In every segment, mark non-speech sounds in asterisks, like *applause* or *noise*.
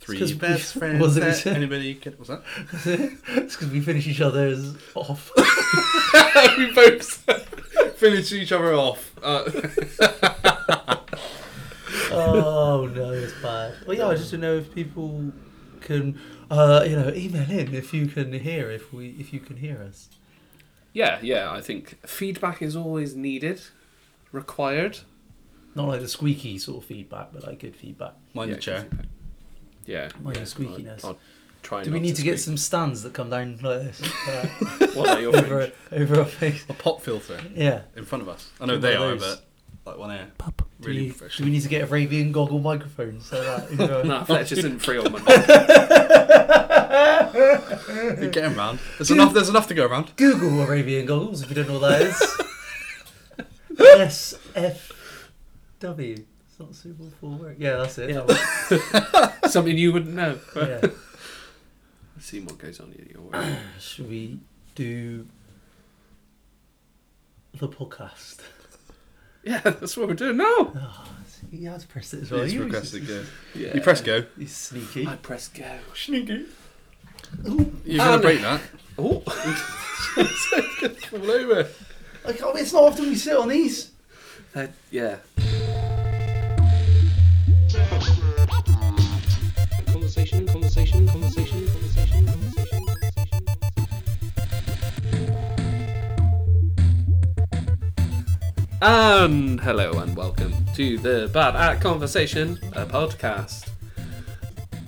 three 'cause best we- friends was it we that said- anybody could. Was that? *laughs* it's because we finish each other's off. we both *laughs* finish each other off. Uh, oh no, it's bad. Well, yeah, I just don't know if people can, uh, you know, email in if you can hear if we if you can hear us. Yeah, yeah, I think feedback is always needed, required. Not like the squeaky sort of feedback, but like good feedback. mind yeah, the chair. Yeah. Mind yeah, the squeakiness. I'll, I'll try Do we not need to get some squeak. stands that come down *laughs* like this uh, What are your *laughs* over fringe? over our face? A pop filter Yeah. in front of us. I know One they of are, those. but like one air. Pop. Do, Really we, do professional. we need to get Arabian goggle microphones so that you *laughs* know, *laughs* Nah, Fletch isn't free on Monday. They're getting round. There's enough. There's enough to go around. Google Arabian goggles if you don't know what that is. *laughs* S F W. It's not suitable for work. Yeah, that's it. Yeah. That one. *laughs* Something you wouldn't know. Yeah. See what goes on here. You're right. *coughs* Should we do the podcast? Yeah, that's what we're doing now. Oh, *laughs* you had to press it as well. It's You- requested go. Yeah. You press go. You sneaky. I press go. Sneaky. Ooh, You're gonna And- break that. *laughs* Oh, *laughs* Fall over. I can't, it's not often we sit on these. that- Uh, yeah. Conversation, conversation, conversation, conversation, conversation, conversation. And hello and welcome to the Bad at Conversation, a podcast.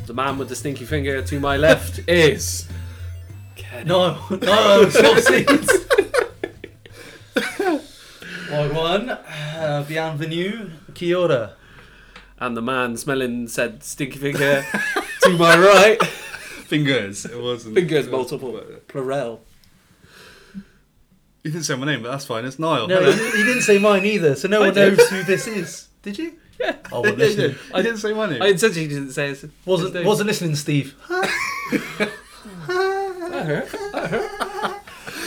The man with the stinky finger to my *laughs* left is. *laughs* Ken. No, no, stop *laughs* seats. Log one, uh, bienvenue, kia ora. And the man smelling said stinky *laughs* finger to my right. Fingers. It wasn't. *laughs* Fingers multiple. uh, Plural. You didn't say my name, but that's fine. It's Niall. No, *laughs* Hello. he, he didn't say mine either, so no one did. knows who this is. *laughs* Did you? *laughs* Yeah. I wasn't Yeah, yeah, listening. I didn't say my name. I said you didn't say it. Wasn't, wasn't listening, Steve.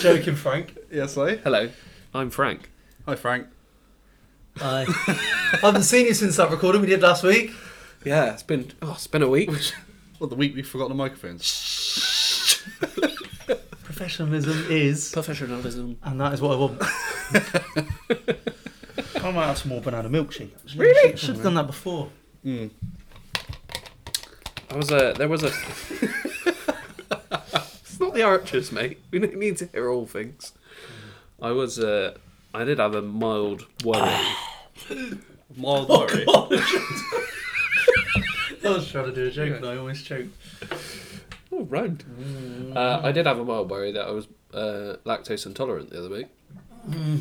Joking, Frank. Yes, I. Hello, I'm Frank. Hi, Frank. *laughs* I haven't seen you since that recording we did last week. Yeah, it's been oh, it's been a week. Well, the week we forgot the microphones. Professionalism is, *laughs* Professionalism. and that is what I *laughs* want. I might have some more banana milkshake. Really? Should have done that before. Mm. I was a *laughs* there was a. *laughs* it's not the archers, mate. We don't need to hear all things. I was uh, I did have a mild worry. *gasps* Mild worry. I was trying to do a joke, and I almost choked. oh, rhymed. Mm. Uh, I did have a mild worry that I was uh, lactose intolerant the other week.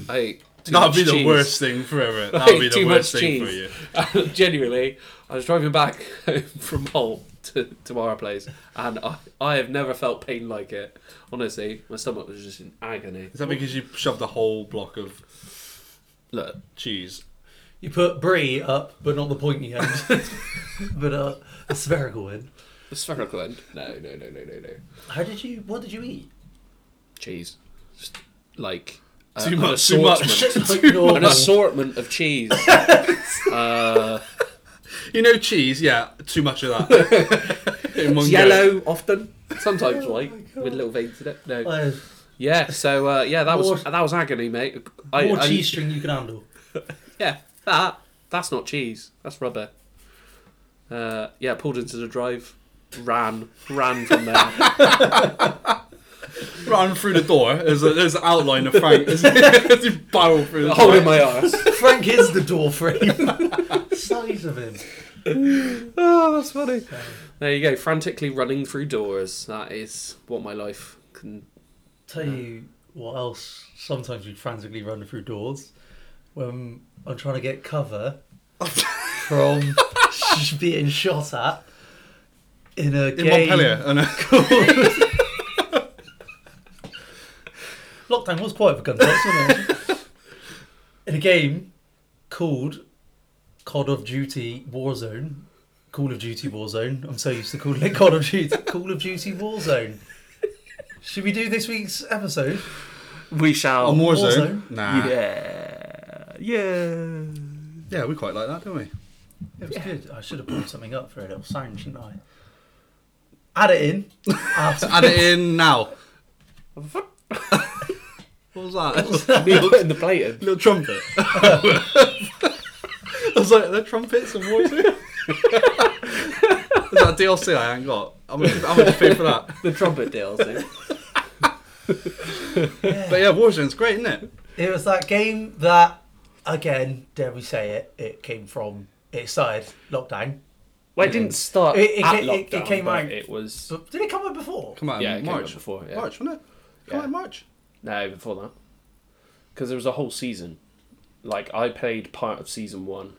I ate too Mm. That'd much be the cheese. *laughs* worst thing forever. That'd be the too worst much thing for you. cheese. *laughs* Uh, Genuinely, I was driving back *laughs* home from Hull to, to our place, and I, I have never felt pain like it. Honestly, my stomach was just in agony. Is that because you shoved a whole block of Look, cheese? You put brie up, but not the pointy end, *laughs* but uh, a spherical end. the spherical end. No, no, no, no, no, no. How did you? What did you eat? Cheese. Just like uh, Too much, too much. *laughs* *laughs* assortment- Like normal. An assortment of cheese. uh, You know, cheese. Yeah, too much of that. *laughs* In one it's go. yellow often, sometimes white with little veins in it. No, Like, yeah. So uh, yeah, that was More- that was agony, mate. more cheese string you can handle. Yeah, that that's not cheese. That's rubber. Uh, yeah, pulled into the drive, ran, ran from *laughs* there. Run through the door. There's, a, there's an outline of Frank as *laughs* *laughs* as he barrel through the door. holding my arse. Frank is the door frame. *laughs* Size of him. *laughs* oh, that's funny. There you go, frantically running through doors. That is what my life can. Tell you what else. Sometimes we frantically run through doors when I'm trying to get cover from sh- being shot at in a In game. Montpellier. And, Oh. uh, Lockdown was quite for gunshots, wasn't it? *laughs* In a game called Call of Duty Warzone. Call of Duty Warzone. I'm so used to calling it Call of *laughs* Duty. Call of Duty Warzone. Should we do this week's episode? We shall. on Warzone. Warzone? Nah. Yeah. yeah. Ah. Yeah. we quite like that, don't we? It was good. I should have brought something up for a little sound, shouldn't I? Add it in. *laughs* After. Add it in *laughs* now. what was that? *laughs* Neil putting the plate in. Little trumpet. I was like, are there trumpets and voices? *laughs* Is that DLC I ain't got? I'm gonna, I'm gonna pay for that. The trumpet *laughs* DLC. But yeah, Warzone's great, isn't it? It was that game that, again, dare we say it, it came from, it started lockdown. Well, it didn't start It- it at ca- it- it lockdown. came but out- It was But did it come out before? Come out Yeah, it in came out March. before, yeah. March, wasn't it? Come Yeah. out in March. no before that because there was a whole season. Like I played part of season one.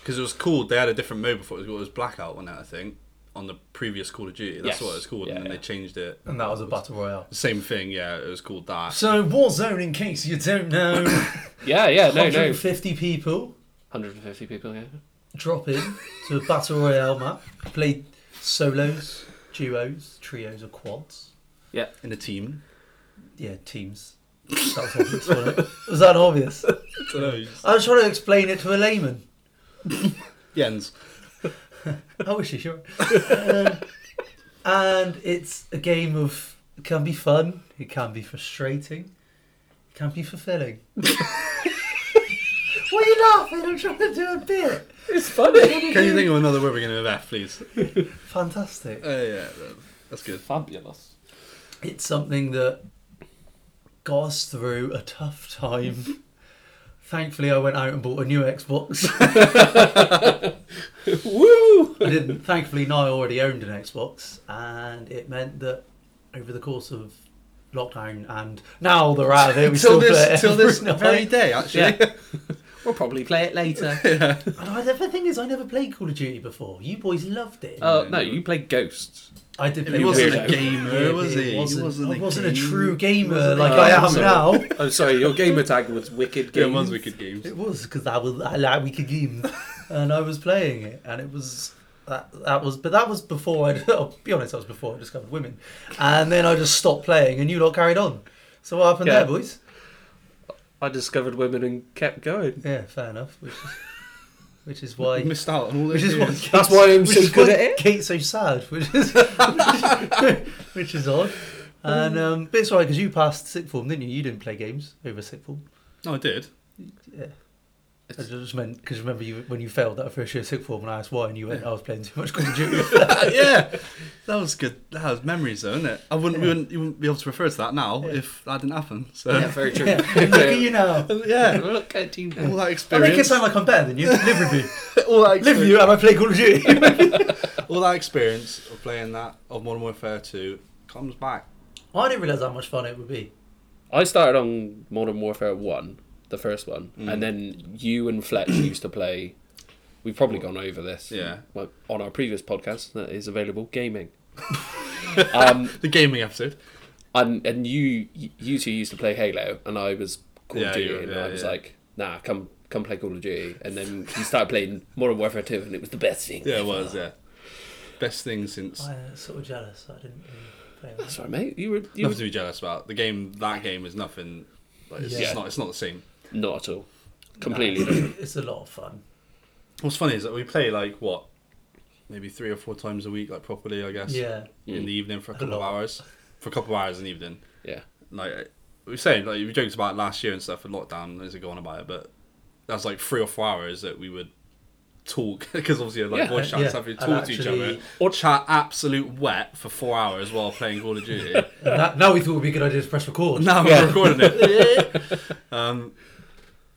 Because it was called, they had a different mode before. It was, it was Blackout on that, I think, on the previous Call of Duty. That's Yes. what it was called, Yeah, and then yeah. they changed it. And that was a battle royale. Same thing, yeah, it was called that. So Warzone, in case you don't know, Yeah, yeah, no, no, 150 people 150 people. Yeah, drop in to a battle royale map, played solos, duos, trios, or quads. In a team. Yeah, teams. That was obvious, wasn't it? Was that obvious? I was trying to explain it to a layman. Jens. I wish you sure. Um, and it's a game of it can be fun, it can be frustrating, it can be fulfilling. What are you laughing? I'm trying to do a bit. it's funny. Can you think of another word beginning with F, please? Uh, Fantastic. yeah, that's good. Fabulous. It's something that got us through a tough time. Thankfully, I went out and bought a new Xbox. *laughs* Woo! I didn't. Thankfully, now I already owned an Xbox, and it meant that over the course of lockdown and now they're out of it, we Till still play this, it till every *laughs* this night. very day, actually. Yeah. We'll probably play it *laughs* later. And I, the thing is, I never played Call of Duty before. You boys loved it. Oh no, you play Ghosts. I did. He play wasn't Call a of Duty. gamer, Yeah, was but he? it He wasn't- wasn't I a wasn't a gamer. true gamer wasn't a like I am gamer. now. Oh, sorry, your gamer tag was Wicked Yeah, Games. it was Wicked Games. It was because that was I like week *laughs* game, and I was playing it, and it was that that was, but that was before I. *laughs* I'll be honest, that was before I discovered women, and then I just stopped playing, and you lot carried on. So what happened Yeah. there, boys? I discovered women and kept going. Yeah, fair enough. Which is, which is why. You missed out on all those Which is why years. Kate's- That's why I'm which so is good why at it. Kate's so sad, which is *laughs* which is odd. *laughs* And um, but it's alright because you passed sixth form, didn't you? You didn't play games over sixth form. No, I did. *laughs* Yeah. I just meant because remember you when you failed that first year of sixth form and I asked why and you went I was playing too much Call of Duty. Uh, yeah, that was good. That was memories, though, isn't it? I wouldn't, we wouldn't, you wouldn't be able to refer to that now Yeah. if that didn't happen. So *laughs* Yeah, yeah, very *laughs* true. yeah, look at you now. *laughs* Look at you all now. that I make it experience, sound like I'm better than *laughs* you. Live with me. all that Live experience, with you and I play Call of Duty. all that experience of playing that of Modern Warfare Two comes back. I didn't realise how much fun it would be. I started on Modern Warfare 1, the first one, Mm. and then you and Fletch *coughs* used to play. We've probably gone over this. Yeah. Well, on our previous podcast that is available, *laughs* gaming. *laughs* um, The gaming episode. and and you you two used to play Halo, and I was Call Yeah, of Duty, you- and yeah, I was yeah. like, nah, come come play Call of Duty, and then you started playing Modern Warfare 2, and it was the best thing. Yeah, it was. Yeah, best thing since. I'm uh, sort of jealous. that I didn't really play. That's right, mate. You were you were Nothing to be jealous about. The game, that game is nothing. Like, it's, Yeah. it's not. It's not the same. not at all, completely. Nah, different. it's- it's a lot of *laughs* fun. What's funny is that we play like what, maybe three or four times a week, like properly, I guess. Yeah. In the evening for a A couple of lot. hours, for a couple of hours in the evening. Yeah. Like we were saying, like we joked about it last year and stuff with lockdown. There's a go on about it, but that's like three or four hours that we would talk *laughs* because obviously like Yeah, voice chats yeah. have you And talk to each actually- other or chat absolute wet for four hours while playing Call of *laughs* Duty. *laughs* And that, now we thought it would be a good idea to press record. now Yeah. we're recording it. *laughs* *laughs* um,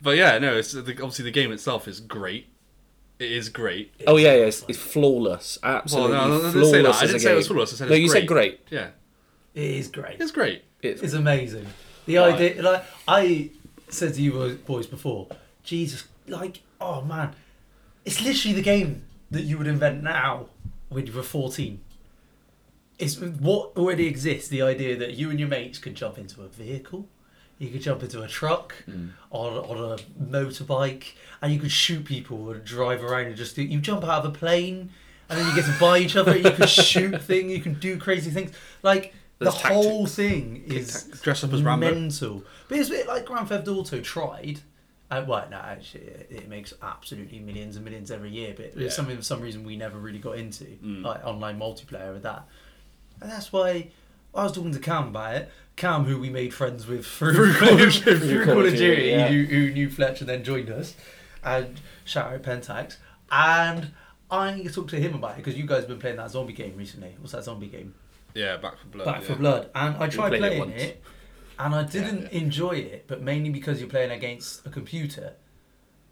but yeah, no, it's the, obviously the game itself is great. It is great. Oh yeah, yeah, it's, it's flawless, absolutely Well, no, no, I didn't flawless. say that. I as a didn't say it was game. flawless. I said no, it's you said great. Yeah, It is great. it's great. It's, It's amazing. The Right. idea, like I said to you boys- boys before, Jesus, like, oh man, it's literally the game that you would invent now when you were fourteen. It's what already exists. The idea that you and your mates could jump into a vehicle, you could jump into a truck, Mm. on on a motorbike, and you could shoot people and drive around and just do. You jump out of a plane, and then you get to buy each other. You *laughs* can shoot things. You can do crazy things. Like There's the tactics. whole thing is Dress up as Rambo. mental. But it's a bit like Grand Theft Auto tried. Uh, well, no, actually, it, it makes absolutely millions and millions every year. But Yeah. Mm. it's something for some reason we never really got into, like online multiplayer with that. And that's why I was talking to Cam about it. Cam, who we made friends with through, Through Call of Duty. through Call of Duty, who, who knew Fletch and then joined us, and shout out Pentax. And I talked to him about it because you guys have been playing that zombie game recently. What's that zombie game? Yeah, Back for Blood. Back for yeah. Blood, and I tried played it playing once. it, and I didn't yeah. enjoy it, but mainly because you're playing against a computer.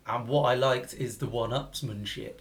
And what I liked is the one-upsmanship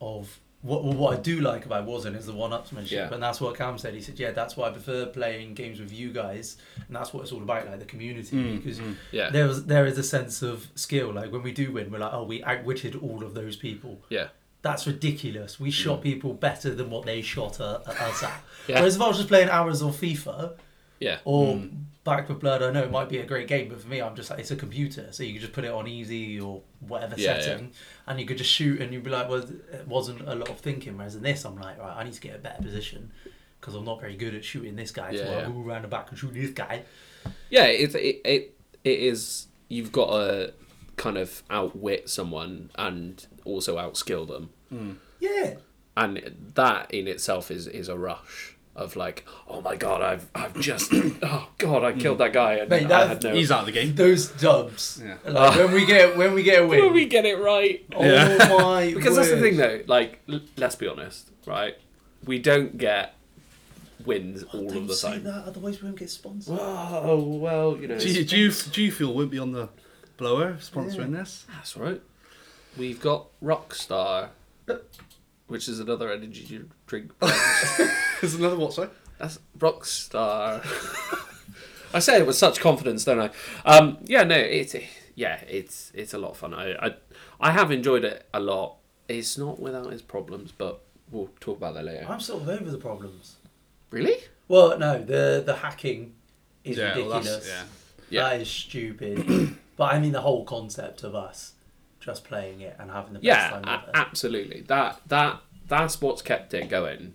of what well, what I do like about Warzone is the one-upsmanship, Yeah. and that's what Cam said. He said, "Yeah, that's why I prefer playing games with you guys, and that's what it's all about, like the community, Mm, because." mm. Yeah. There was there is a sense of skill. Like when we do win, we're like, oh, we outwitted all of those people. Yeah. That's ridiculous. We shot people better than what they shot uh, at us at. Mm. *laughs* Yeah. Whereas if I was just playing hours on FIFA Yeah. or Mm. Back for Blood, I know it might be a great game, but for me, I'm just like, it's a computer. So you could just put it on easy or whatever Yeah, yeah. setting and you could just shoot and you'd be like, well, it wasn't a lot of thinking. Whereas in this, I'm like, right, I need to get a better position because I'm not very good at shooting this guy. so Yeah, yeah. I'll go around the back and shoot this guy. Yeah, it it it, it is. You've got to kind of outwit someone and also outskill them, Yeah. and that in itself is is a rush of like, oh my god, I've I've just *coughs* oh god, I killed that guy and Mate, I that's- had no. He's out of the game. Those dubs. Yeah. Like, when we get when we *laughs* get a win. Will we get it right? Oh Yeah. my *laughs* Because that's the word. thing, though. Like, l- let's be honest, right? We don't get wins all Don't of the say time. that, otherwise we won't get sponsored. Oh well, you know. Do you, do you do you feel won't be on the blower sponsoring this? That's right. We've got Rockstar, which is another energy dr- drink. *laughs* There's another what? *laughs* Sorry. That's Rockstar. *laughs* I say it with such confidence, don't I? Um, yeah, no, it's yeah, it's it's a lot of fun. I, I I have enjoyed it a lot. It's not without its problems, but we'll talk about that later. I'm sort of over the problems. Really? Well, no, the the hacking is Yeah, well, ridiculous. that's- yeah. Yeah. That is stupid. but I mean the whole concept of us just playing it and having the best Yeah, time a- with it. absolutely. That that that's what's kept it going.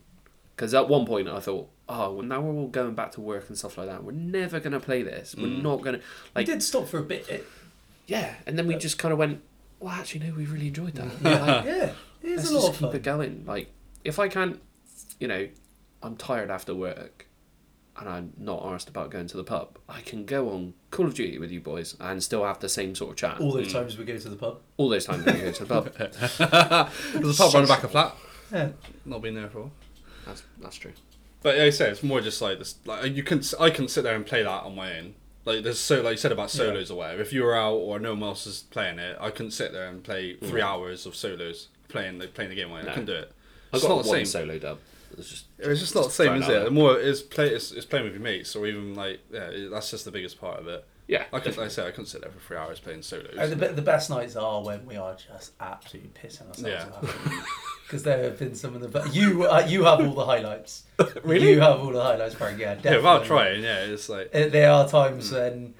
Because at one point I thought, oh, well, now we're all going back to work and stuff like that. We're never gonna play this. We're Mm. not gonna We like did stop for a bit. It, yeah. And then we just kind of went, well, actually, no, we really enjoyed *laughs* that. Like, yeah, it is let's a lot just of keep fun. it going. Like if I can't, you know, I'm tired after work. And I'm not arsed about going to the pub. I can go on Call of Duty with you boys and still have the same sort of chat All all, those times we go to the pub. those times when we go to *laughs* the pub. There's a pub around the back of flat. Yeah. Not been there for. a while. That's, that's true. But yeah, I say it's more just like this. Like you can, I can sit there and play that on my own. Like there's so, like you said about solos or whatever. If you were out or no one else is playing it, I couldn't sit there and play three hours of solos playing the playing the game. on my own. I Mm. No. couldn't do it. I've It's got not the one same. solo dub. It's just It's just not the same, thrown is out it? there. The more it's play, it's, it's playing with your mates, or even like yeah, it- that's just the biggest part of it. Yeah, I could, like I said, I couldn't sit there for three hours playing solos. And the, be- the best nights are when we are just absolutely pissing ourselves Yeah. about Because there have been some of the best. You, uh, you have all the highlights. Really? You have all the highlights, Frank. Yeah, yeah, definitely. without trying, yeah, it's like Uh, There are times Hmm. when.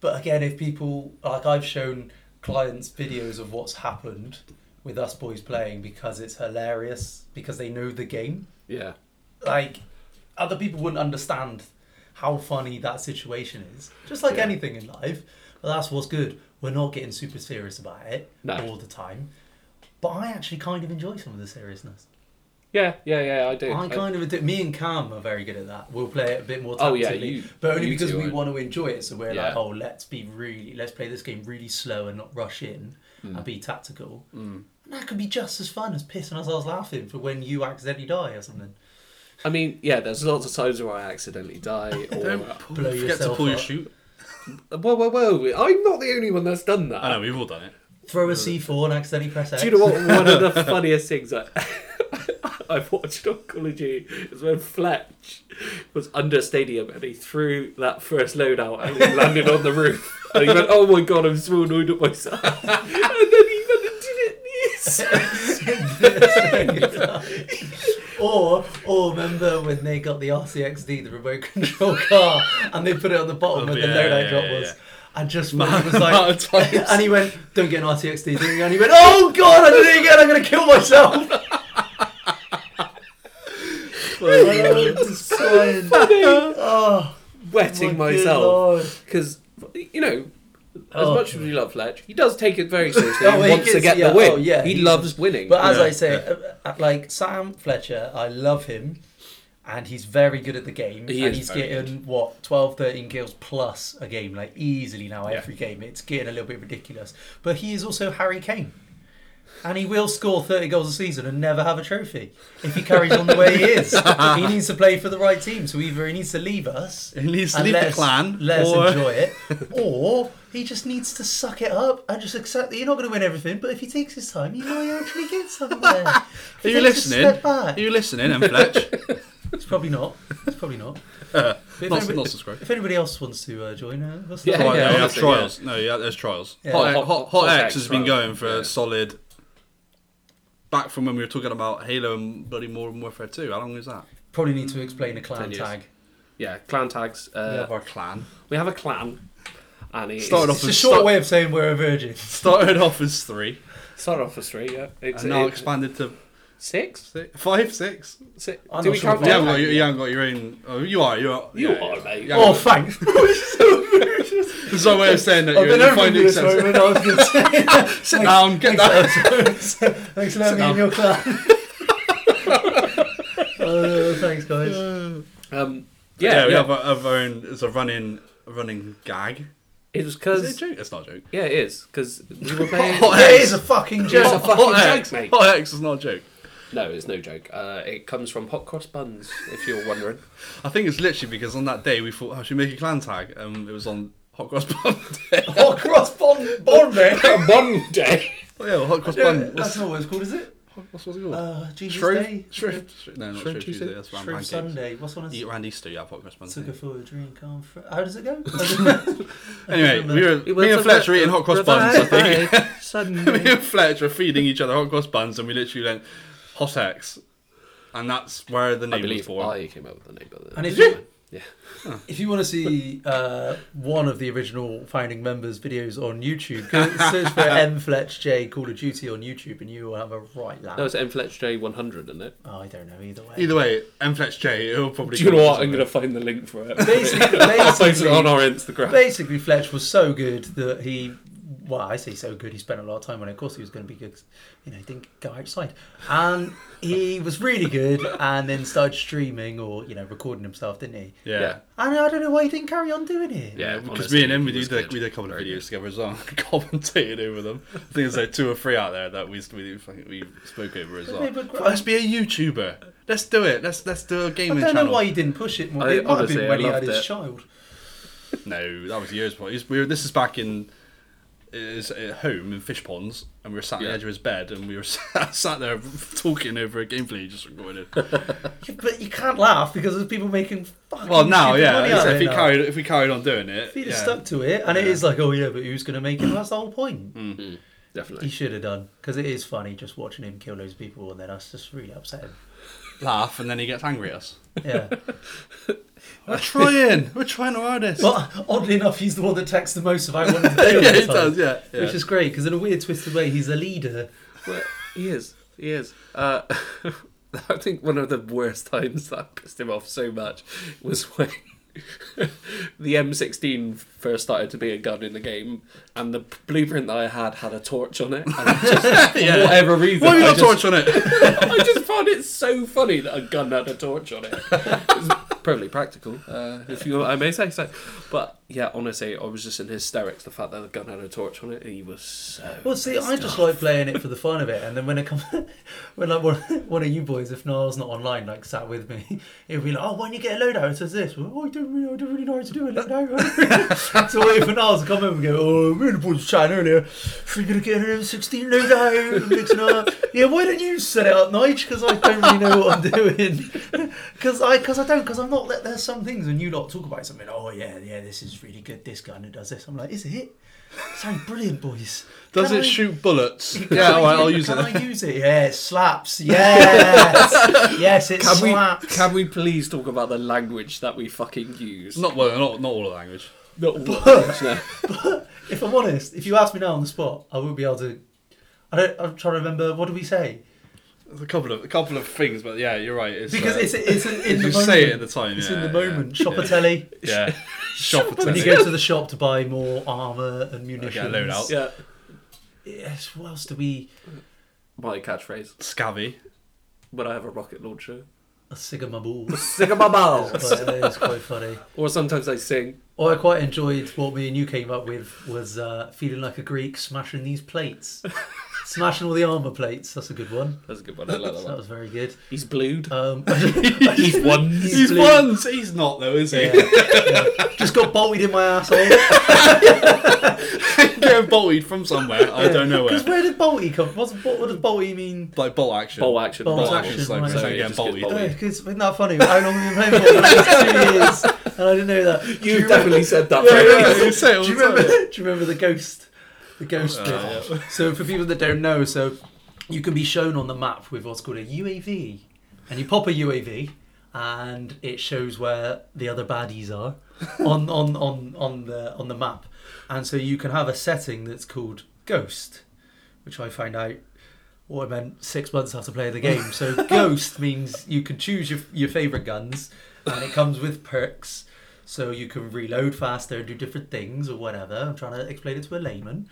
But again, if people. Like, I've shown clients videos of what's happened with us boys playing because it's hilarious, because they know the game. Yeah. Like, other people wouldn't understand how funny that situation is. Just like Yeah. anything in life. But that's what's good. We're not getting super serious about it No. all the time. But I actually kind of enjoy some of the seriousness. Yeah, yeah, yeah, I do. I kind of do. Me and Cam are very good at that. We'll play it a bit more Oh, yeah, tactically, you- but only you because two we are- want to enjoy it. So we're Yeah. like, oh, let's be really, let's play this game really slow and not rush in and be tactical. Mm. And that could be just as fun as pissing ourselves laughing for when you accidentally die or something. I mean, yeah, there's lots of times where I accidentally die or don't pull, Blow forget to yourself pull your up. shoot. *laughs* Whoa, whoa, whoa. I'm not the only one that's done that. I know we've all done it. Throw a C4 and accidentally press X. Do you *laughs* know what one of the funniest things I *laughs* I've watched on Call of Duty is when Fletch was under stadium and he threw that first load out and he landed on the roof. And he went, Oh my god, I'm so annoyed at myself. *laughs* and then he went and did it. He's- *laughs* or, or remember when they got the RCXD, the remote control *laughs* car, and they put it on the bottom Oh, and yeah, the load I yeah, got yeah, was. yeah. I just thought it *laughs* was amount like, of times. *laughs* and he went, "Don't get an RTXD," do you?" and he went, "Oh God, I did it again! I'm gonna *laughs* kill myself." Insane. *laughs* oh, wetting my good myself. Lord. Because, you know, as Oh. much as we love Fletch, he does take it very *laughs* seriously. Oh, he he wants to gets- get yeah, the win. oh, yeah, he he- loves winning. But as Yeah, I say, uh, uh, like Sam Fletcher, I love him, and he's very good at the game. He and is he's very getting what 12, 13 kills plus a game, like easily now Yeah. every game. It's getting a little bit ridiculous. But he is also Harry Kane. And he will score 30 goals a season and never have a trophy if he carries on the way he is. he needs to play for the right team. So either he needs to leave us He needs to and leave the let us- clan, let us or- enjoy it, *laughs* or he just needs to suck it up and just accept that you're not going to win everything. But if he takes his time, you know he actually gets somewhere. Are Are you listening? Step Are back. you listening, M. *laughs* Fletch? It's probably not. It's probably not. But if, not, anybody, not subscribed. if anybody else wants to uh, join, uh, that's Yeah, Oh, not- yeah, yeah, you have honestly, trials. No, yeah, there's trials. Yeah. Hot, Hot, Hot- Hot, Hot X X has been trials, going for yeah. a solid. Back from when we were talking about Halo and bloody Modern Warfare 2. How long is that? Probably need to explain a clan Ten years. tag. Yeah, clan tags. we Uh, have our clan. we have a clan, and it Started is- off It's a with short start- way of saying we're a virgin. Started off as three, started off as three. Yeah, it's and now it- expanded to six. six, five, six. six. I'm Do not we sure count? You if I- down? haven't, got, your- you haven't got your own. Oh, you are. You are. You yeah, are, yeah. mate. You haven't Oh, got- thanks. There's no way of saying that. I've You're, been you're over finding this sense. moment. I was going to say. Sit down. *laughs* Get that. Thanks thanks for having me down. in your clan. *laughs* Uh, thanks, guys. Um, Yeah, yeah, we yeah. have our, have our own. It's a running, a running gag. it was Is because it a joke? It's not a joke. yeah, it is because we *laughs* were playing. Hot That X. is a fucking It's a joke. fucking Hot joke, X. mate. Hot X is not a joke. No, it's no joke. Uh, it comes from hot cross buns, if you're *laughs* wondering. I think it's literally because on that day we thought, oh, should we make a clan tag? Um, it was on Hot Cross Bun *laughs* Day. Oh, *laughs* cross bond, bond man. Bun day. oh, yeah, Hot Cross Yeah, Bun. that's What's, not what it's called, is it? what's, what's it called? Uh, Jesus Day. Shrove? Shrove? Shrove? No, not Shrove Shrove Tuesday? Tuesday. That's around Shrimp pancakes. Sunday. What's on Eat it? around Easter, yeah, Hot Cross Bun Took Day. her for a drink on Fri- How does it go? Anyway, we were, me and Fletch were eating Hot Cross Buns, I *laughs* think. *laughs* me and Fletch were feeding each other Hot Cross Buns and we literally went, Hot X. And that's where the I name was believe born. I came up with the name, but And if Did you- yeah, *laughs* If you want to see uh, one of the original founding members' videos on YouTube, go search for M Fletch J Call of Duty on YouTube, and you will have a right laugh. that was M Fletch J 100, isn't it? Oh, I don't know either way. Either way, M. Fletch J, it'll probably Do you come know up what? with I'm going to find the link for *laughs* *laughs* it. basically, *laughs* I'll post it basically, on our Instagram. basically, Fletch was so good that he. Well, I say so good. He spent a lot of time on it. Of course, he was going to be good. 'cause, You know, he didn't go outside, and he was really good. And then started streaming or you know recording himself, didn't he? something. Yeah. Yeah. And I don't know why he didn't carry on doing it. Yeah, Yeah, because honestly, me and him, we he did, was the, good. we did a couple of videos together as well. *laughs* Commentated over them. I think there's like two or three out there that we we, we spoke over as well. Yeah, but- Fuck, Let's be a YouTuber. Let's do it. Let's let's do a I gaming don't know channel. why he didn't push it more. I- it might have honestly, been I when he had loved his it. child. *laughs* No, that was years before. He's- We were, this is back in is at home in fish ponds, and we were sat on Yeah. the edge of his bed, and we were *laughs* sat, sat there talking over a gameplay he just *laughs* recorded. Yeah, But you can't laugh because there's people making fucking well, now, stupid yeah, money out if, of it he now. carried if we carried on doing If it, he'd have yeah. stuck to it, and it Yeah. is like, oh yeah, but who's going to make it? That's the whole point. He Definitely. should have done because it is funny just watching him kill those people, and then us just really upset *laughs* him. laugh, and then he gets angry at us. Yeah. We're trying, we're trying our hardest. but oddly enough, he's the one that texts the most about *laughs* wanting to *laughs* yeah, kill all the it time, does. Yeah, yeah. which is great because in a weird twisted way, he's a leader. Well, he is. He is. Uh, *laughs* I think one of the worst times that pissed him off so much was when *laughs* the M16 first started to be a gun in the game, and the blueprint that I had had a torch on it. And I just, *laughs* for Yeah. whatever reason, Why have you I, got just, torch on it? I just found it so funny that a gun had a torch on it. It's Probably practical, uh, if you I may say so. But yeah, honestly, I was just in hysterics the fact that the gun had a torch on it. He was so. Well, see, I *laughs* just like playing it for the fun of it, and then when it comes, *laughs* when like one, one of you boys, if Niall's not online, like sat with me, *laughs* he'll be like, "Oh, when you get a loadout, it says this." Well, "Oh, I don't really, I don't really know how to do a *laughs* loadout. *laughs* so wait for Niall to come in and go, "Oh, me and the boys were chatting earlier. We're gonna get an M16 loadout, and mixing up. Yeah, why don't you set it up, Nige? Because I don't really know what I'm doing. *laughs* Because I, because I don't, because I'm not. There's some things when you lot talk about something. Oh yeah, yeah, this is really good. This gun it does this. I'm like, is it? Sound brilliant, boys. Does Can it I- *laughs* shoot bullets? *laughs* yeah, all right, I'll use can it. I use it? Yeah, it slaps. Yes, yes, it Can we, slaps. can we please talk about the language that we fucking use? Not well, not not all the language. *laughs* not all language, no. If I'm honest, if you asked me now on the spot, I wouldn't be able to. I don't. I'm trying to remember. What do we say? There's a couple of a couple of things, but yeah, you're right. It's, Because uh, it's it's in *laughs* the you moment. say it at the time. it's yeah, in the yeah, moment. Shop yeah, a telly. *laughs* *laughs* Yeah, shop a When telly. you go to the shop to buy more armor and munitions. loadout. Yeah. Yes. What else do we? My catchphrase. Scabby. When I have a rocket launcher. a Sigma ball. *laughs* Sick of my balls. But it is quite funny. or sometimes I sing. What I quite enjoyed, what me and you came up with, was uh, feeling like a Greek smashing these *laughs* plates, smashing all the armor plates. That's a good one. That's a good one. I love that That *laughs* one. was very good. He's blued. *laughs* Um, *laughs* He's one. He's blue. ones. He's not though, is he? *laughs* yeah, yeah. Just got bolted in my asshole. Getting bolted from somewhere. I don't *laughs* know where. Because where did bolty come? What's, what, what does bolty mean? Like bolt action. Bolt action. Bolt Bolt Bolt action. action, is like right. saying So you getting just get bolted. bolted. *laughs* No, because isn't that funny? How long have we been playing for? The last two years, and I didn't know that. Do You've remember- definitely said that. Yeah, right? yeah, you say it all do you the time. remember? Do you remember the ghost? The ghost. bit? So for people that don't know, so you can be shown on the map with what's called a UAV, and you pop a UAV, and it shows where the other baddies are on on on on the on the map, and so you can have a setting that's called ghost, which I found out. What I meant six months after playing the game. So ghost means you can choose your your favorite guns, and it comes with perks. So you can reload faster, do different things or whatever. I'm trying to explain it to a layman.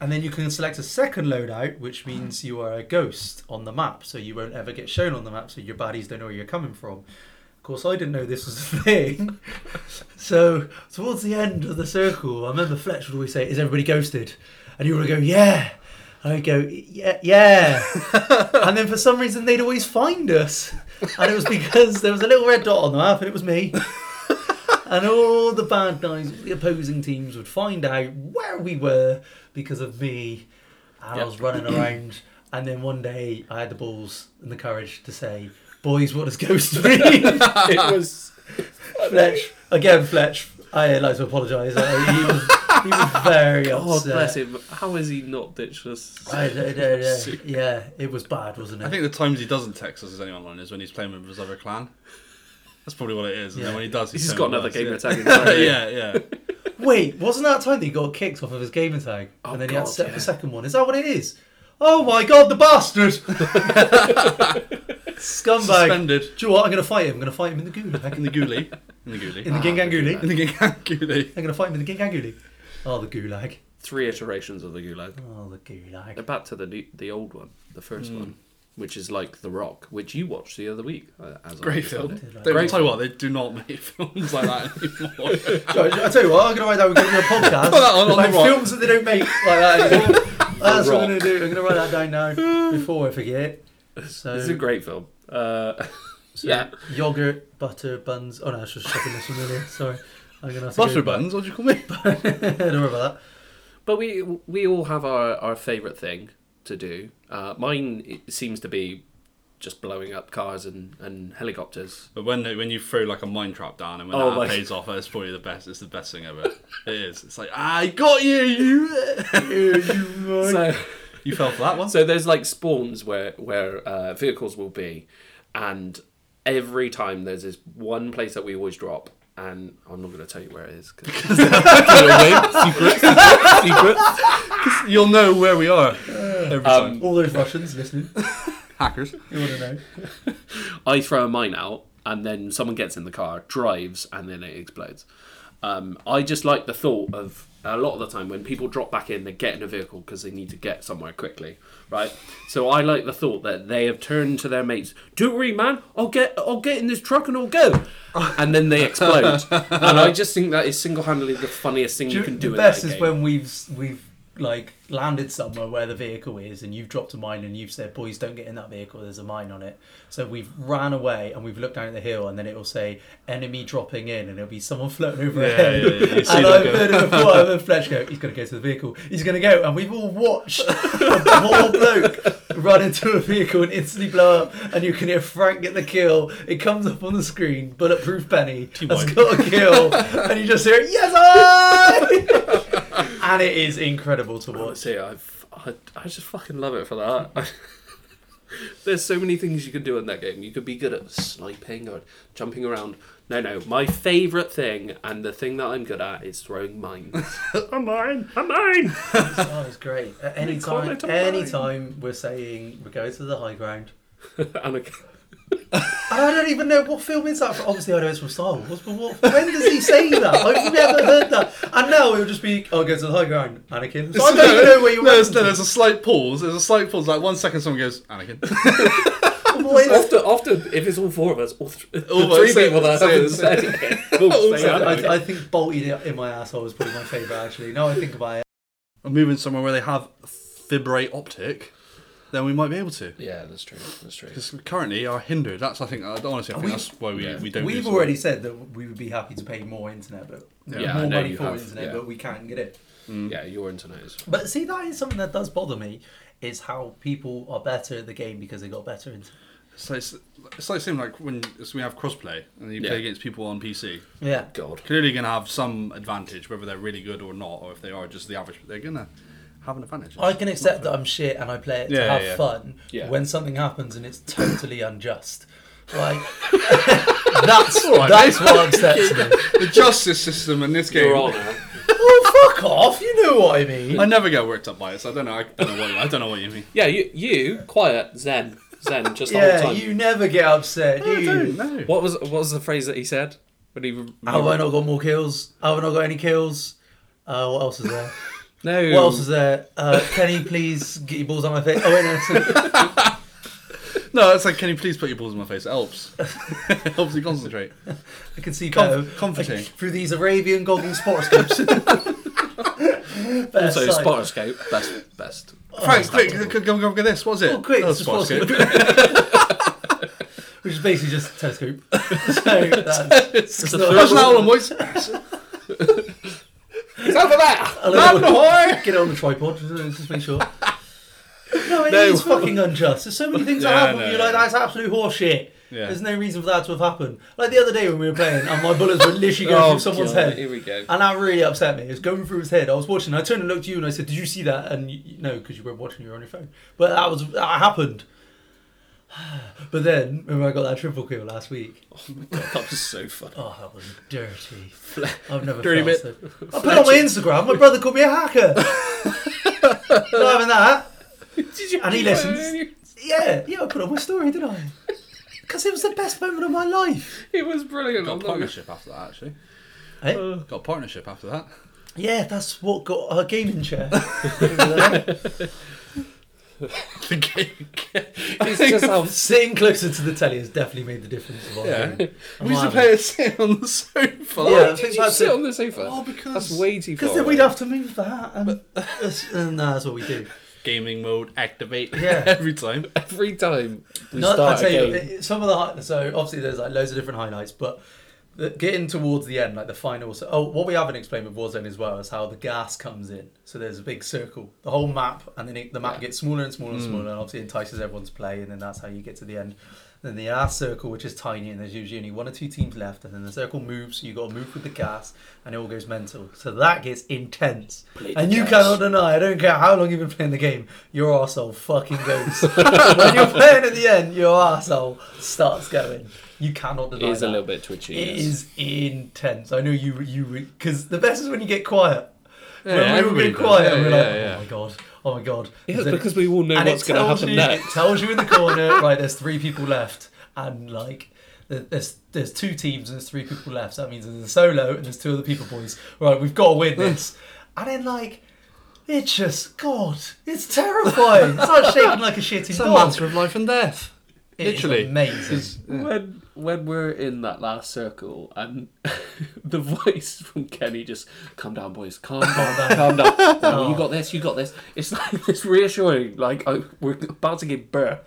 And then you can select a second loadout, which means you are a ghost on the map, so you won't ever get shown on the map, so your baddies don't know where you're coming from. Of course, I didn't know this was a thing. so towards the end of the circle, I remember Fletch would always say, "Is everybody ghosted?" And you would go, "Yeah." I would go, "Yeah, yeah." and then for some reason, they'd always find us, and it was because there was a little red dot on the map, and it was me. And all the bad guys, the opposing teams would find out where we were because of me. And I was running around. And then one day I had the balls and the courage to say, Boys, what does ghost mean? *laughs* it was. Fletch, again, Fletch, I like to apologise. I- He was, he was very *laughs* Oh, God upset. bless him. How is he not ditched us? I don't know, yeah. yeah, it was bad, wasn't it? I think the times he doesn't text us as anyone online is when he's playing with his other clan. That's probably what it is. And Yeah. then when he does, he's, He's just got playing another with game us, *laughs* attacking. yeah. sorry. yeah, yeah. Wait, wasn't that time that he got kicked off of his gaming tag? Oh, and then he had God, to set up yeah. a second one. Is that what it is? Oh my god, the bastard! *laughs* Scumbag. Suspended Do you know what? I'm going to fight him. I'm going to fight him in the gulag. in the *laughs* ghoulie. In the ghoulie. In Ah, the Gingang Gulag. In the Gingang *laughs* ghoulie. I'm going to fight him in the Gingang Gulag. Oh, the gulag. Three iterations of the Gulag. Oh, the gulag. They're back to the new, the old one, the first Hmm. one, which is like The Rock, which you watched the other week. uh, As I Great understand film. it. They, Great tell you what, they do not make *laughs* films like that *laughs* anymore. Sorry, I tell you what, I'm going to write that. We're going to do a podcast. Put that on, on the like rock. films that they don't make like *laughs* that anymore. That's what I'm going rock. to do. I'm going to write that down now before I forget. So, It's a great film. Uh, *laughs* so yeah. yogurt, butter, buns. Oh no, I was just shopping this from earlier. Sorry. I'm going to have to Butter go back. *laughs* buns, what'd you call me? Don't worry about that. But we we all have our, our favourite thing to do. Uh, mine it seems to be just blowing up cars and, and helicopters. *laughs* But when when you throw like a mine trap down and when Oh that my- pays off, it's probably the best. It's the best thing ever. it is. It's like I got you. You *laughs* *laughs* So you fell for that one. so there's like spawns where where uh, vehicles will be, and every time there's this one place that we always drop, and I'm not going to tell you where it is. 'cause- *laughs* You know what I mean? Secrets, *laughs* secrets, secrets. You'll know where we are every time. Um, All those Russians listening, Hackers. you want to know. I throw a mine out, and then someone gets in the car, drives, and then it explodes. Um, I just like the thought of a lot of the time when people drop back in, they get in a vehicle because they need to get somewhere quickly, right? So I like the thought that they have turned to their mates, "Don't worry, man, I'll get, I'll get in this truck and I'll go," and then they explode. *laughs* and I just think that is single-handedly the funniest thing you, can do. the in best that is game. when we've we've like landed somewhere where the vehicle is, and you've dropped a mine, and you've said, "Boys, don't get in that vehicle. There's a mine on it." So we've ran away, and we've looked down at the hill, and then it will say "enemy dropping in," and it'll be someone *laughs* floating overhead. Yeah, yeah, yeah. You see and that I've go. heard it before. I've heard Fletch go, "He's going to go to the vehicle. He's going to go," and we've all watched the whole bloke run into a vehicle and instantly blow up, and you can hear Frank get the kill. It comes up on the screen, bulletproof Penny has wide. got a kill, and you just hear "Yes, I!" *laughs* and it is incredible to watch. Honestly, I, f- I, I just fucking love it for that. *laughs* There's so many things you can do in that game. You could be good at sniping or jumping around. No, no, my favourite thing and the thing that I'm good at is throwing mines. *laughs* a mine, a mine. Oh, it's great. At any They call time, it a any mine. time we're saying we're going to the high ground. *laughs* and a, And I don't even know what film is that. From. Obviously, I know it's from Star Wars, but what, when does he say that? I've never heard that. And now it would just be, "I'll go to the high ground, Anakin." So I don't even know where you no, went. *laughs* there's, no, there's a slight pause. There's a slight pause. Like one second, someone goes, Anakin. What is often, often, if it's all four of us, all th- the All of three us, yeah, people that same, haven't same. said *laughs* it. will All say said it. it. I, I think bolt in, in my asshole is probably my favourite. Actually, now I think about it, I'm moving somewhere where they have fibrate optic, then we might be able to. Yeah, that's true. That's true. Because currently are hindered. That's I think uh, honestly I think We- that's why we, yeah. we don't. we've use already said that we would be happy to pay more internet, but Yeah, I more know money you for have, internet, yeah. but we can't get it. Mm. Yeah, your internet is. But see, that is something that does bother me. Is how people are better at the game because they got better internet. It's like, it's like same like when it's- we have crossplay and you Yeah. play against people on PC. Yeah. God. Clearly, going to have some advantage, whether they're really good or not, or if they are just the average. They're going to have an advantage. I can accept that I'm shit and I play it to Yeah, have yeah, yeah. fun Yeah. when something happens and it's totally unjust. Like that's all right, that's what upsets me. the justice system in this game. You're on now. Oh fuck off! You know what I mean. I never get worked up by it, so I don't know. I don't know what you, I don't know what you mean. Yeah, you, you quiet, zen, zen, just the yeah, whole time. you never get upset, do I don't you? know. What was what was the phrase that he said when he? re- How have I not got more kills? How have I not got any kills? Uh, what else *laughs* is there? no. What else is there? Uh, can you please get your balls on my face? Oh wait, no. No, it's like, can you please put your balls in my face? It helps. *laughs* it helps you concentrate. I can see Com- better comforting. through these Arabian *laughs* golden sportscopes. Also, Sporoscope, best, best. Frank, quick, go, go, go, get this. What is it? Oh, quick, That's it's a Spotscope. *laughs* Which is basically just a telescope. *laughs* so that's, it's not- Imagine that all on *laughs* voice. for that? a Land little- ahoy! *laughs* Get it on the tripod, just just *laughs* make sure. No, it is No. fucking unjust. There's so many things that Yeah, happen. no, you're like, yeah. that's absolute horseshit. Yeah. There's no reason for that to have happened. Like the other day when we were playing, and my bullets were literally *laughs* going through someone's head. Oh, Here we go. And that really upset me. It was going through his head. I was watching. I turned and looked at you, and I said, "Did you see that?" And you, you- no, because you were watching. You were on your phone. But that was that happened. *sighs* But then, remember, I got that triple kill last week. That was so fun. Oh, that was dirty. I've never Dirty felt so- I put it on my Instagram. My brother called me a hacker. Not having that. Did you, And he listens. Yeah, yeah. I put it on my story, didn't I? Because it was the best moment of my life. It was brilliant. Got a I'm not- partnership after that, actually. Eh? Got a partnership after *laughs* that. yeah, that's what got our gaming *laughs* chair. the game. It's *laughs* just how Sitting closer to the telly has definitely made the difference. of our Yeah. gaming. *laughs* We used to play it sitting *laughs* on the sofa. Yeah, I did think you that's sit it. on the sofa? Oh, because- that's way too far. Because then away. we'd have to move that, and, *laughs* that's, and that's what we do. Gaming mode activate. Yeah. *laughs* Every time. every time we No, I start tell a you, game. it- some of the hi- so obviously there's like loads of different highlights, but the, getting towards the end, like the final. So, oh, what we haven't explained with Warzone as well is how the gas comes in. So there's a big circle, the whole map, and then it, the map gets smaller and smaller and Hmm. smaller, and obviously entices everyone to play, and then that's how you get to the end. Then the last circle, which is tiny, and there's usually only one or two teams left, and then the circle moves. So you got to move with the gas, and it all goes mental. So that gets intense, and you cannot deny. I don't care how long you've been playing the game, your arsehole fucking *laughs* goes. when you're playing at the end, your arsehole starts going. You cannot It deny. is a that. little bit twitchy. It yes. is intense. I know you you because the best is when you get quiet. Yeah, when we all everybody get does. quiet, Yeah, and we're yeah, like, yeah. oh my god, oh my god. Yeah, And then- because we all know and it what's going to tells happen you, It next. tells you in the corner, *laughs* right? There's three people left, and like th- there's there's two teams and there's three people left. So that means there's a solo and there's two other people boys. Right, we've got to win this. and then like. It's just God. It's terrifying. It's like shaking like a shitty It's a dog. matter of life and death. It is Literally. amazing. When when we're in that last circle and *laughs* the voice from Kenny just calm down, boys, calm down, calm down. *laughs* No, you got this, you got this. It's like *laughs* it's reassuring. Like I, we're about to give *laughs* birth.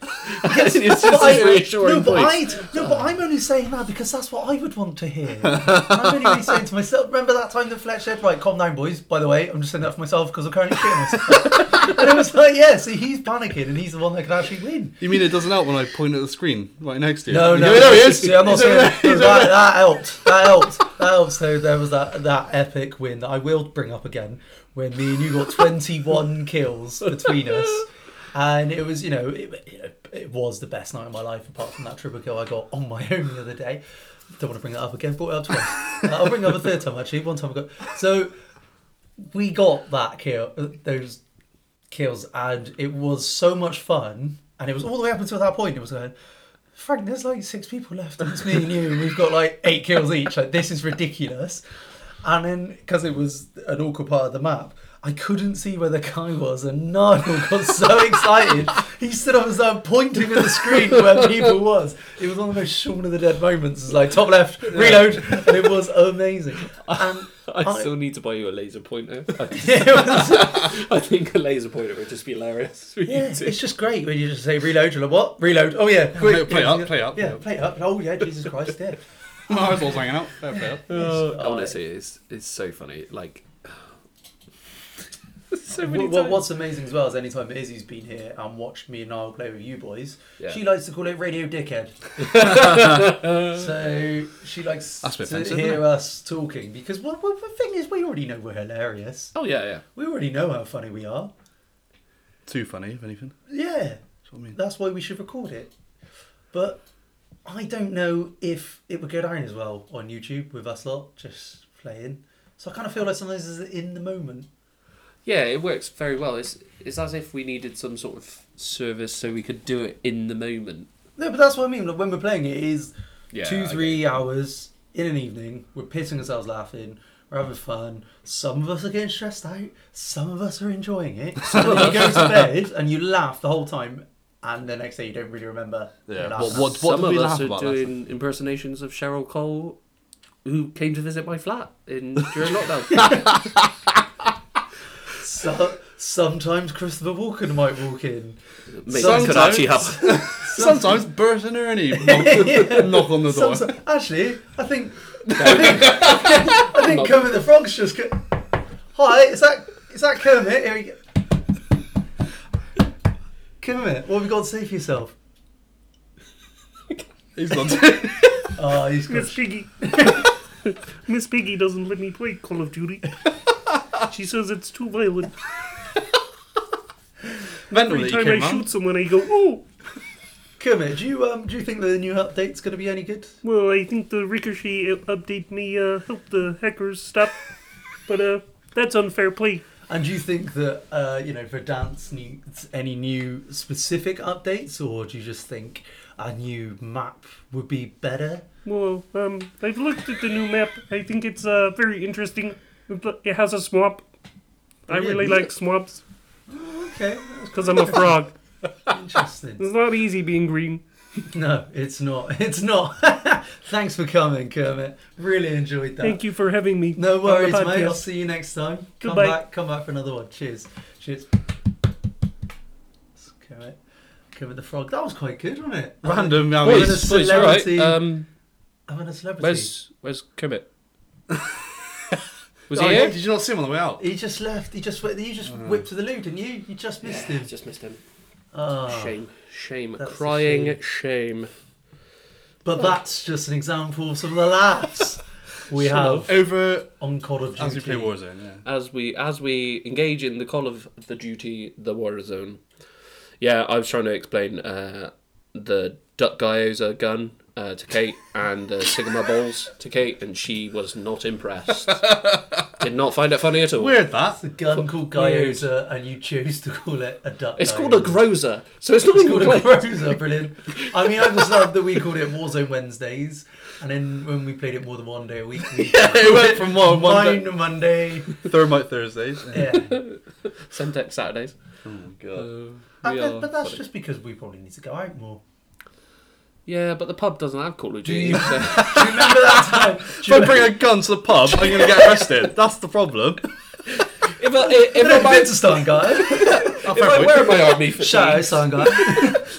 it's just I- this reassuring no, but voice. I, no, but I'm only saying that because that's what I would want to *laughs* hear. I'm only really saying to myself, remember that time that Fletch said, right, calm down, boys. By the way, I'm just saying that for myself because I'm currently shitting myself. *laughs* and it was like, yeah, see, he's panicking and he's the one that can actually win. You mean it doesn't help when I point at the screen right next to you? No, You no, go, there he is. See, I'm *laughs* not He's over saying there. that, that helped. That helped. That helped. So there was that that epic win that I will bring up again when me and you got *laughs* 21 kills between us, and it was you know it, you know, it was the best night of my life apart from that triple kill I got on my own the other day. Don't want to bring that up again. Brought it up *laughs* twice. Uh, I'll bring it up a third time actually. One time I got so we got that kill uh, those kills and it was so much fun and it was all the way up until that point it was going frank there's like six people left and it's me and you and we've got like eight kills each like this is ridiculous and then because it was an awkward part of the map I couldn't see where the guy was, and Nigel got *laughs* so excited. He stood up and started pointing at the screen where people was. It was one of those Shaun of the Dead moments. It's like top left, reload, and it *laughs* was amazing. And *laughs* I, I- still need to buy you a laser *laughs* pointer. it *laughs* was, I think a laser pointer would just be hilarious. for you yeah, two. it's just great when you just say reload. You're like, what? Reload? Oh yeah, quick. Play up, play up. Yeah, play up. Oh yeah, Jesus Christ, yeah. I was hanging out. Fair play up. Oh, Honestly, it's it's so funny. Like *sighs* so many What, what, times. what's amazing as well is anytime Izzy's been here and watched me and Niall play with you boys, Yeah. she likes to call it *laughs* Radio Dickhead. so she likes That's a to bit offensive, hear isn't it? us talking because well, well, the thing is, we already know we're hilarious. oh yeah yeah. We already know how funny we are. Too funny, if anything. Yeah, That's what I mean. that's why we should record it. But I don't know if it would go down as well on YouTube with us lot just playing. So I kind of feel like sometimes it's in the moment. Yeah, it works very well. It's it's as if we needed some sort of service so we could do it in the moment. No, but that's what I mean. Like when we're playing, it is Yeah, I two, get three hours in an evening. We're pissing ourselves laughing. We're having fun. Some of us are getting stressed out. Some of us are enjoying it. Some of you go to bed and you laugh the whole time, and the next day you don't really remember. you Yeah, what- laughed. what- Some did we of us laugh are about doing impersonations of Cheryl Cole, who came to visit my flat in *laughs* during lockdown. So, sometimes Christopher Walken might walk in. *laughs* Mate, that Sometimes- could actually happen. *laughs* Sometimes Bert and Ernie *laughs* knock, knock on the door. Some, actually, I think I think Kermit the Frog's just. Go, Hi, is that is that Kermit? Here we go. Kermit, what have you got to say for yourself? He's *laughs* not. Oh, he's got Miss Piggy. *laughs* Miss Piggy doesn't let me play Call *laughs* of Duty. She says it's too violent. Every Mentally, he time I came shoot round. someone, I go, oh, Kermit, do you um do you think the new update's going to be any good? well, I think the Ricochet u- update may uh, help the hackers stop. But uh, that's unfair play. And do you think that uh you know Verdance needs any new specific updates, or do you just think a new map would be better? Well, um, I've looked at the new map. I think it's uh, very interesting. It lo- It has a swamp. I Yeah, really yeah. like swamps Okay, because I'm a *laughs* frog. interesting. It's not easy being green. *laughs* No, it's not. It's not. *laughs* Thanks for coming, Kermit. Really enjoyed that. Thank you for having me. No on the worries, mate. I'll podcast. see you next time. Goodbye. Come back. Come back for another one. Cheers. Cheers. Kermit. Kermit the Frog. That was quite good, wasn't it? Random, I Well, mean, it's- it's a celebrity. Um, Having a celebrity. where's where's *laughs* Kermit? Was oh, he yeah, here? Did you not see him on the way out? He just left. He just went- you just whipped to the loo, didn't you? You just missed Yeah, him. just missed him. Ah. Shame, shame, That's a crying shame. But that's just an example of some of the laughs we have Over on Call of Duty. as we play Warzone, yeah. As we as we engage in the call of the duty, the war zone. Yeah, I was trying to explain uh, the duck guy's uh, gun uh, to Kate and the Sigma balls to Kate, and she was not *laughs* impressed. Did not find it funny at all. Weird that. It's a gun called Gyoza, and you choose to call it a duck. It's called a Gyoza. grozer, so it's *laughs* not It's even called like- a Groza, brilliant. I mean, I just love that we called it Warzone Wednesdays, and then when we played it more than one day a week, *laughs* we *laughs* It went from one, one Mine day, Monday. Thermite Thursdays. Yeah, Semtex Saturdays. Uh, we And that- *laughs* are but that's funny. just because we probably need to go out more. Yeah, but the pub doesn't have Call of Do *laughs* Duty. you- *laughs* so- Do you remember that *laughs* time? If I bring a gun to the pub, I'm going to get arrested. *laughs* That's the problem. if I, if, If I buy- been to Sun *laughs* Guy, if I wear my *laughs* army fatigue, shout out Sun Guy.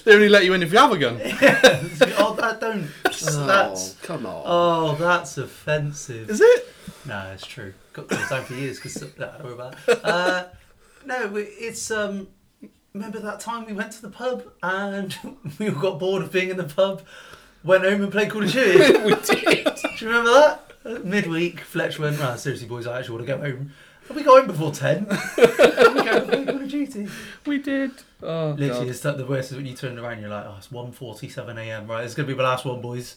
They only let you in if you have a gun. oh, that *laughs* don't. That's come on. oh, that's offensive. Is it? No, it's true. Got closed down for years because don't worry about it. Uh, no, we- it's um. Remember that time we went to the pub and *laughs* we all got bored of being in the pub, went home and played Call of Duty. Do *laughs* we did. you remember that? Uh, Midweek, Fletch went. Right, seriously, boys, I actually want to go home. And we got home before *laughs* ten. And we go and play Call of Duty. We did. Oh, Literally, God. it's like the worst is when you turn around. You're like, oh, it's 1.47 a.m. Right, it's gonna be my last one, boys.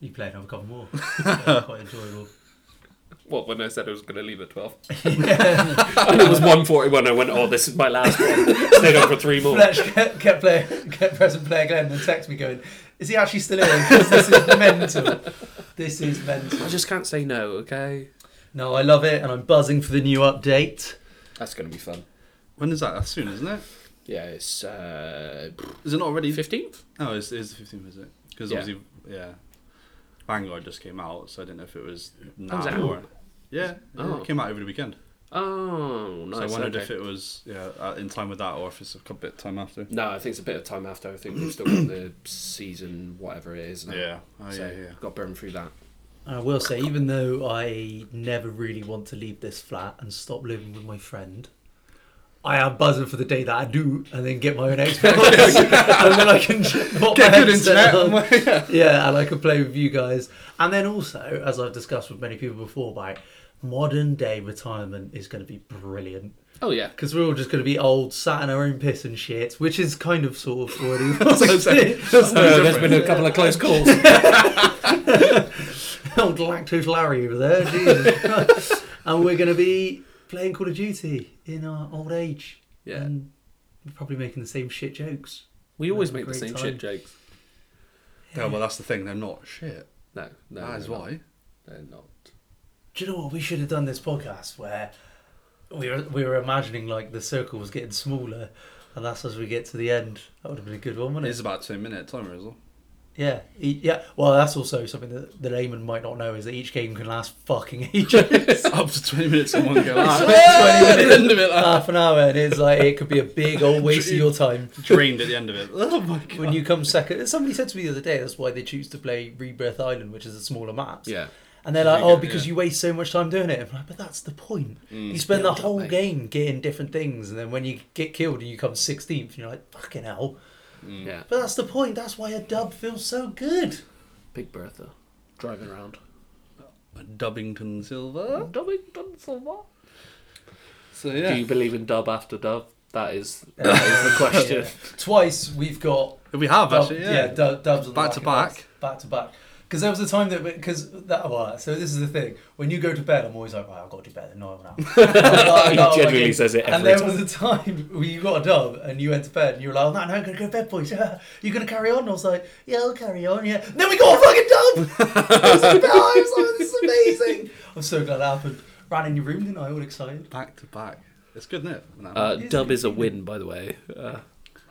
You play another couple *laughs* more. Yeah, quite enjoyable. *laughs* What, when I said I was going to leave at 12? Yeah. and it was 141. I went, oh, this is my last one. Stayed on for three more. Fletch kept, kept, player, kept pressing player Glenn and text me going, is he actually still in? 'Cause this is mental. This is mental. I just can't say no, okay? No, I love it and I'm buzzing for the new update. That's going to be fun. When is that? That's soon, isn't it? Yeah, it's uh, Is it not already? 15th? No, it's, it's the 15th, is it? Because Yeah. obviously, yeah. Vanguard just came out, so I didn't know if it was now Comes out? or. Yeah, yeah, Oh. it came out over the weekend. Oh, nice. so I wondered okay. if it was yeah uh, in time with that or if it's a couple bit time after. No, I think it's a bit of time after. I think we've still got the season, whatever it is. Now. Yeah. Oh, so yeah, yeah. Got burned through that. I will say, even though I never really want to leave this flat and stop living with my friend, I am buzzing for the day that I do, and then *laughs* get my own Xbox, and then I can pop Get my good internet. headset on. and- *laughs* yeah. yeah, and I could play with you guys. And then also, as I've discussed with many people before, like modern day retirement is going to be brilliant Oh, *laughs* yeah. because we're all just going to be old, sat in our own piss and shit, which is kind of sort of *laughs* already. there's been a couple of close calls. *laughs* old lactose Larry over *laughs* there, Jesus. and we're going to be playing Call of Duty in our old age. Yeah. and we're probably making the same shit jokes. *laughs* we always Have a make the great same time. shit jokes. well, that's the thing. They're not shit. No, no. that is they're not. why. They're not. Do you know what we should have done this podcast where we were we were imagining like the circle was getting smaller, and that's as we get to the end. That would have been a good one, It wouldn't it? is about two minute timer *laughs* as well. Yeah, e- yeah. Well, that's also something that the layman might not know is that each game can last *laughs* fucking *laughs* ages. Up to twenty minutes in *laughs* one go. Ah, swear! At the end of it, like, Half an hour, and it's like it could be a big old waste of your time. drained at the end of it. Oh my god. When you come second, somebody said to me the other day that's why they choose to play Rebirth Island, which is a smaller map. Yeah. And they're like, You get- oh, because yeah. you waste so much time doing it. I'm like, but that's the point. Mm. You spend the Build up, whole mate. game getting different things, and then when you get killed and you come 16th, and you're like, fucking hell. Yeah. But that's the point. That's why a dub feels so good. Big Bertha. Driving around. Dubbington Silver. Dubbing done so well. So yeah. Do you believe in dub after dub? That is *laughs* that is the question. Yeah. Twice we've got We have dub- actually. yeah, Yeah. du- dubs on Back the to back back. back to back. Because there was a time that because that well, so this is the thing. When you go to bed, I'm always like, right, I've got to do better than Niall now. He generally says it And every there time. was a time *laughs* where you got a dub and you went to bed and you were like, oh, no, no, I'm gonna go to bed, boys. *laughs* You're gonna carry on. And I was like, yeah, I'll carry on. Yeah. And then we got a fucking dub. I was like, "Oh, I was like, this is amazing. I'm so glad that happened. Ran in your room, didn't I? All excited. Back to back. It's good, isn't it? No. Uh, dub is a win, by the way. Uh,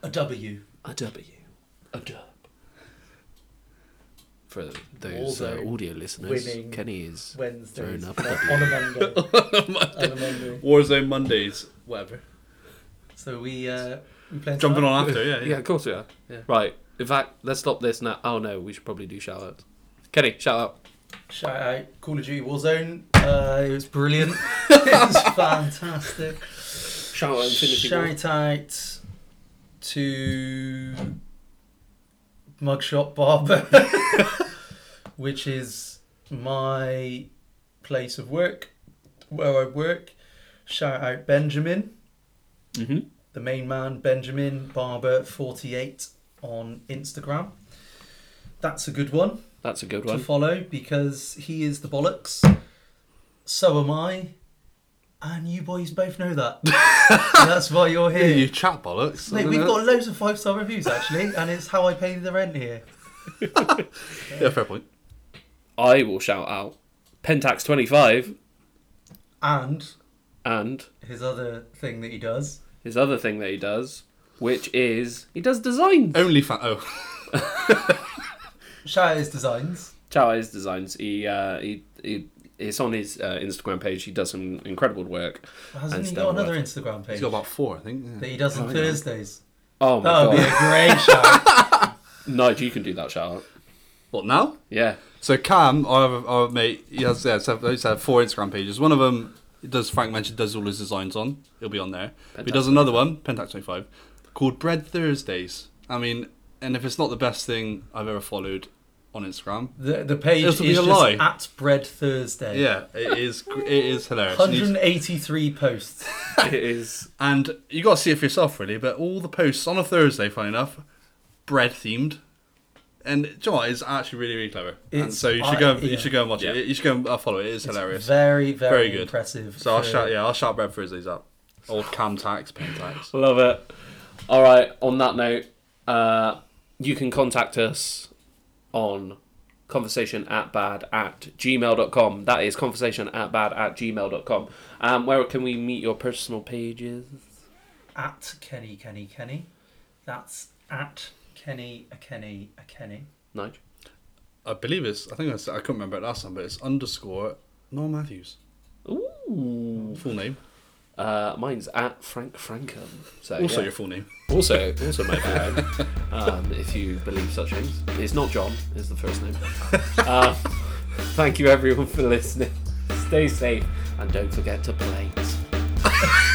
A W. a W. A dub. For those uh, Warzone audio listeners, winning Kenny is Wednesdays. throwing up a W. on a Monday. on a Monday. Warzone Mondays. Whatever. So we uh, we playing Jumping tonight? on after. Yeah. Yeah, of course we are. Yeah. Right. In fact, let's stop this now. Oh no, we should probably do shout outs. Kenny, shout out. Shout out Call of Duty Warzone. Uh, it *laughs* was brilliant. it was fantastic. Shout out Infinity War. Shout out to Mugshot Barber, *laughs* which is my place of work, where I work. Shout out Benjamin, Mm-hmm. the main man, Benjamin Barber48 on Instagram. That's a good one That's a good to one. follow because he is the bollocks. So am I. And you boys both know *laughs* that. And that's why you're here. You chat bollocks. Mate, we've got loads of five star reviews actually, and it's how I pay the rent here. Yeah, fair point. I will shout out Pentax25 And and his other thing that he does. his other thing that he does, which is he does designs. Only fan. Oh, *laughs* Shout out his designs. Shout out his designs. He, uh, he, he, it's on his uh, Instagram page. He does some incredible work. Hasn't And he got Star another Instagram page he's got about four, I think. that he does on Thursdays? Oh my That would be god, a *laughs* great shout. *laughs* Nigel, you can do that shout out. What now? *laughs* Yeah, So Cam, our, our mate, he has yeah, so he's had four Instagram pages. One of them does Frank mentioned does all his designs on. He'll be on there. But he does another one, Pentax twenty five, called Bread Thursdays. I mean, and if it's not the best thing I've ever followed on Instagram, The, the page This is will be a just lie. at Bread Thursday. yeah, it is gr- it is hilarious. And you- 183 posts. it is. And you got to see it for yourself, really. But all the posts on a Thursday, funny enough, bread themed, and do you know what? It's actually really, really clever. and It's- so you should I- go, and, yeah. you should go and watch it. You should go and uh, follow it. It is hilarious. It's very, very, Very good. impressive. so I'll for- shout, yeah, I'll shout bread Thursdays up. Old cam tax, pen tax. Love it. All right. On that note, uh, you can contact us on conversation at bad at gmail.com. That is conversation at bad at gmail.com. Um, where can we meet your personal pages? At Kenny Kenny Kenny. That's at Kenny a Kenny a Kenny. Nigel? I believe it's. I think I said I couldn't remember it last time, but it's underscore Noel Matthews. Ooh. Full name. Uh, mine's at Frank Frankham. So, Also yeah. your full name. Also, also my bad. um, if you believe such things. It's not John, is the first name. uh, thank you everyone for listening. Stay safe and don't forget to plate.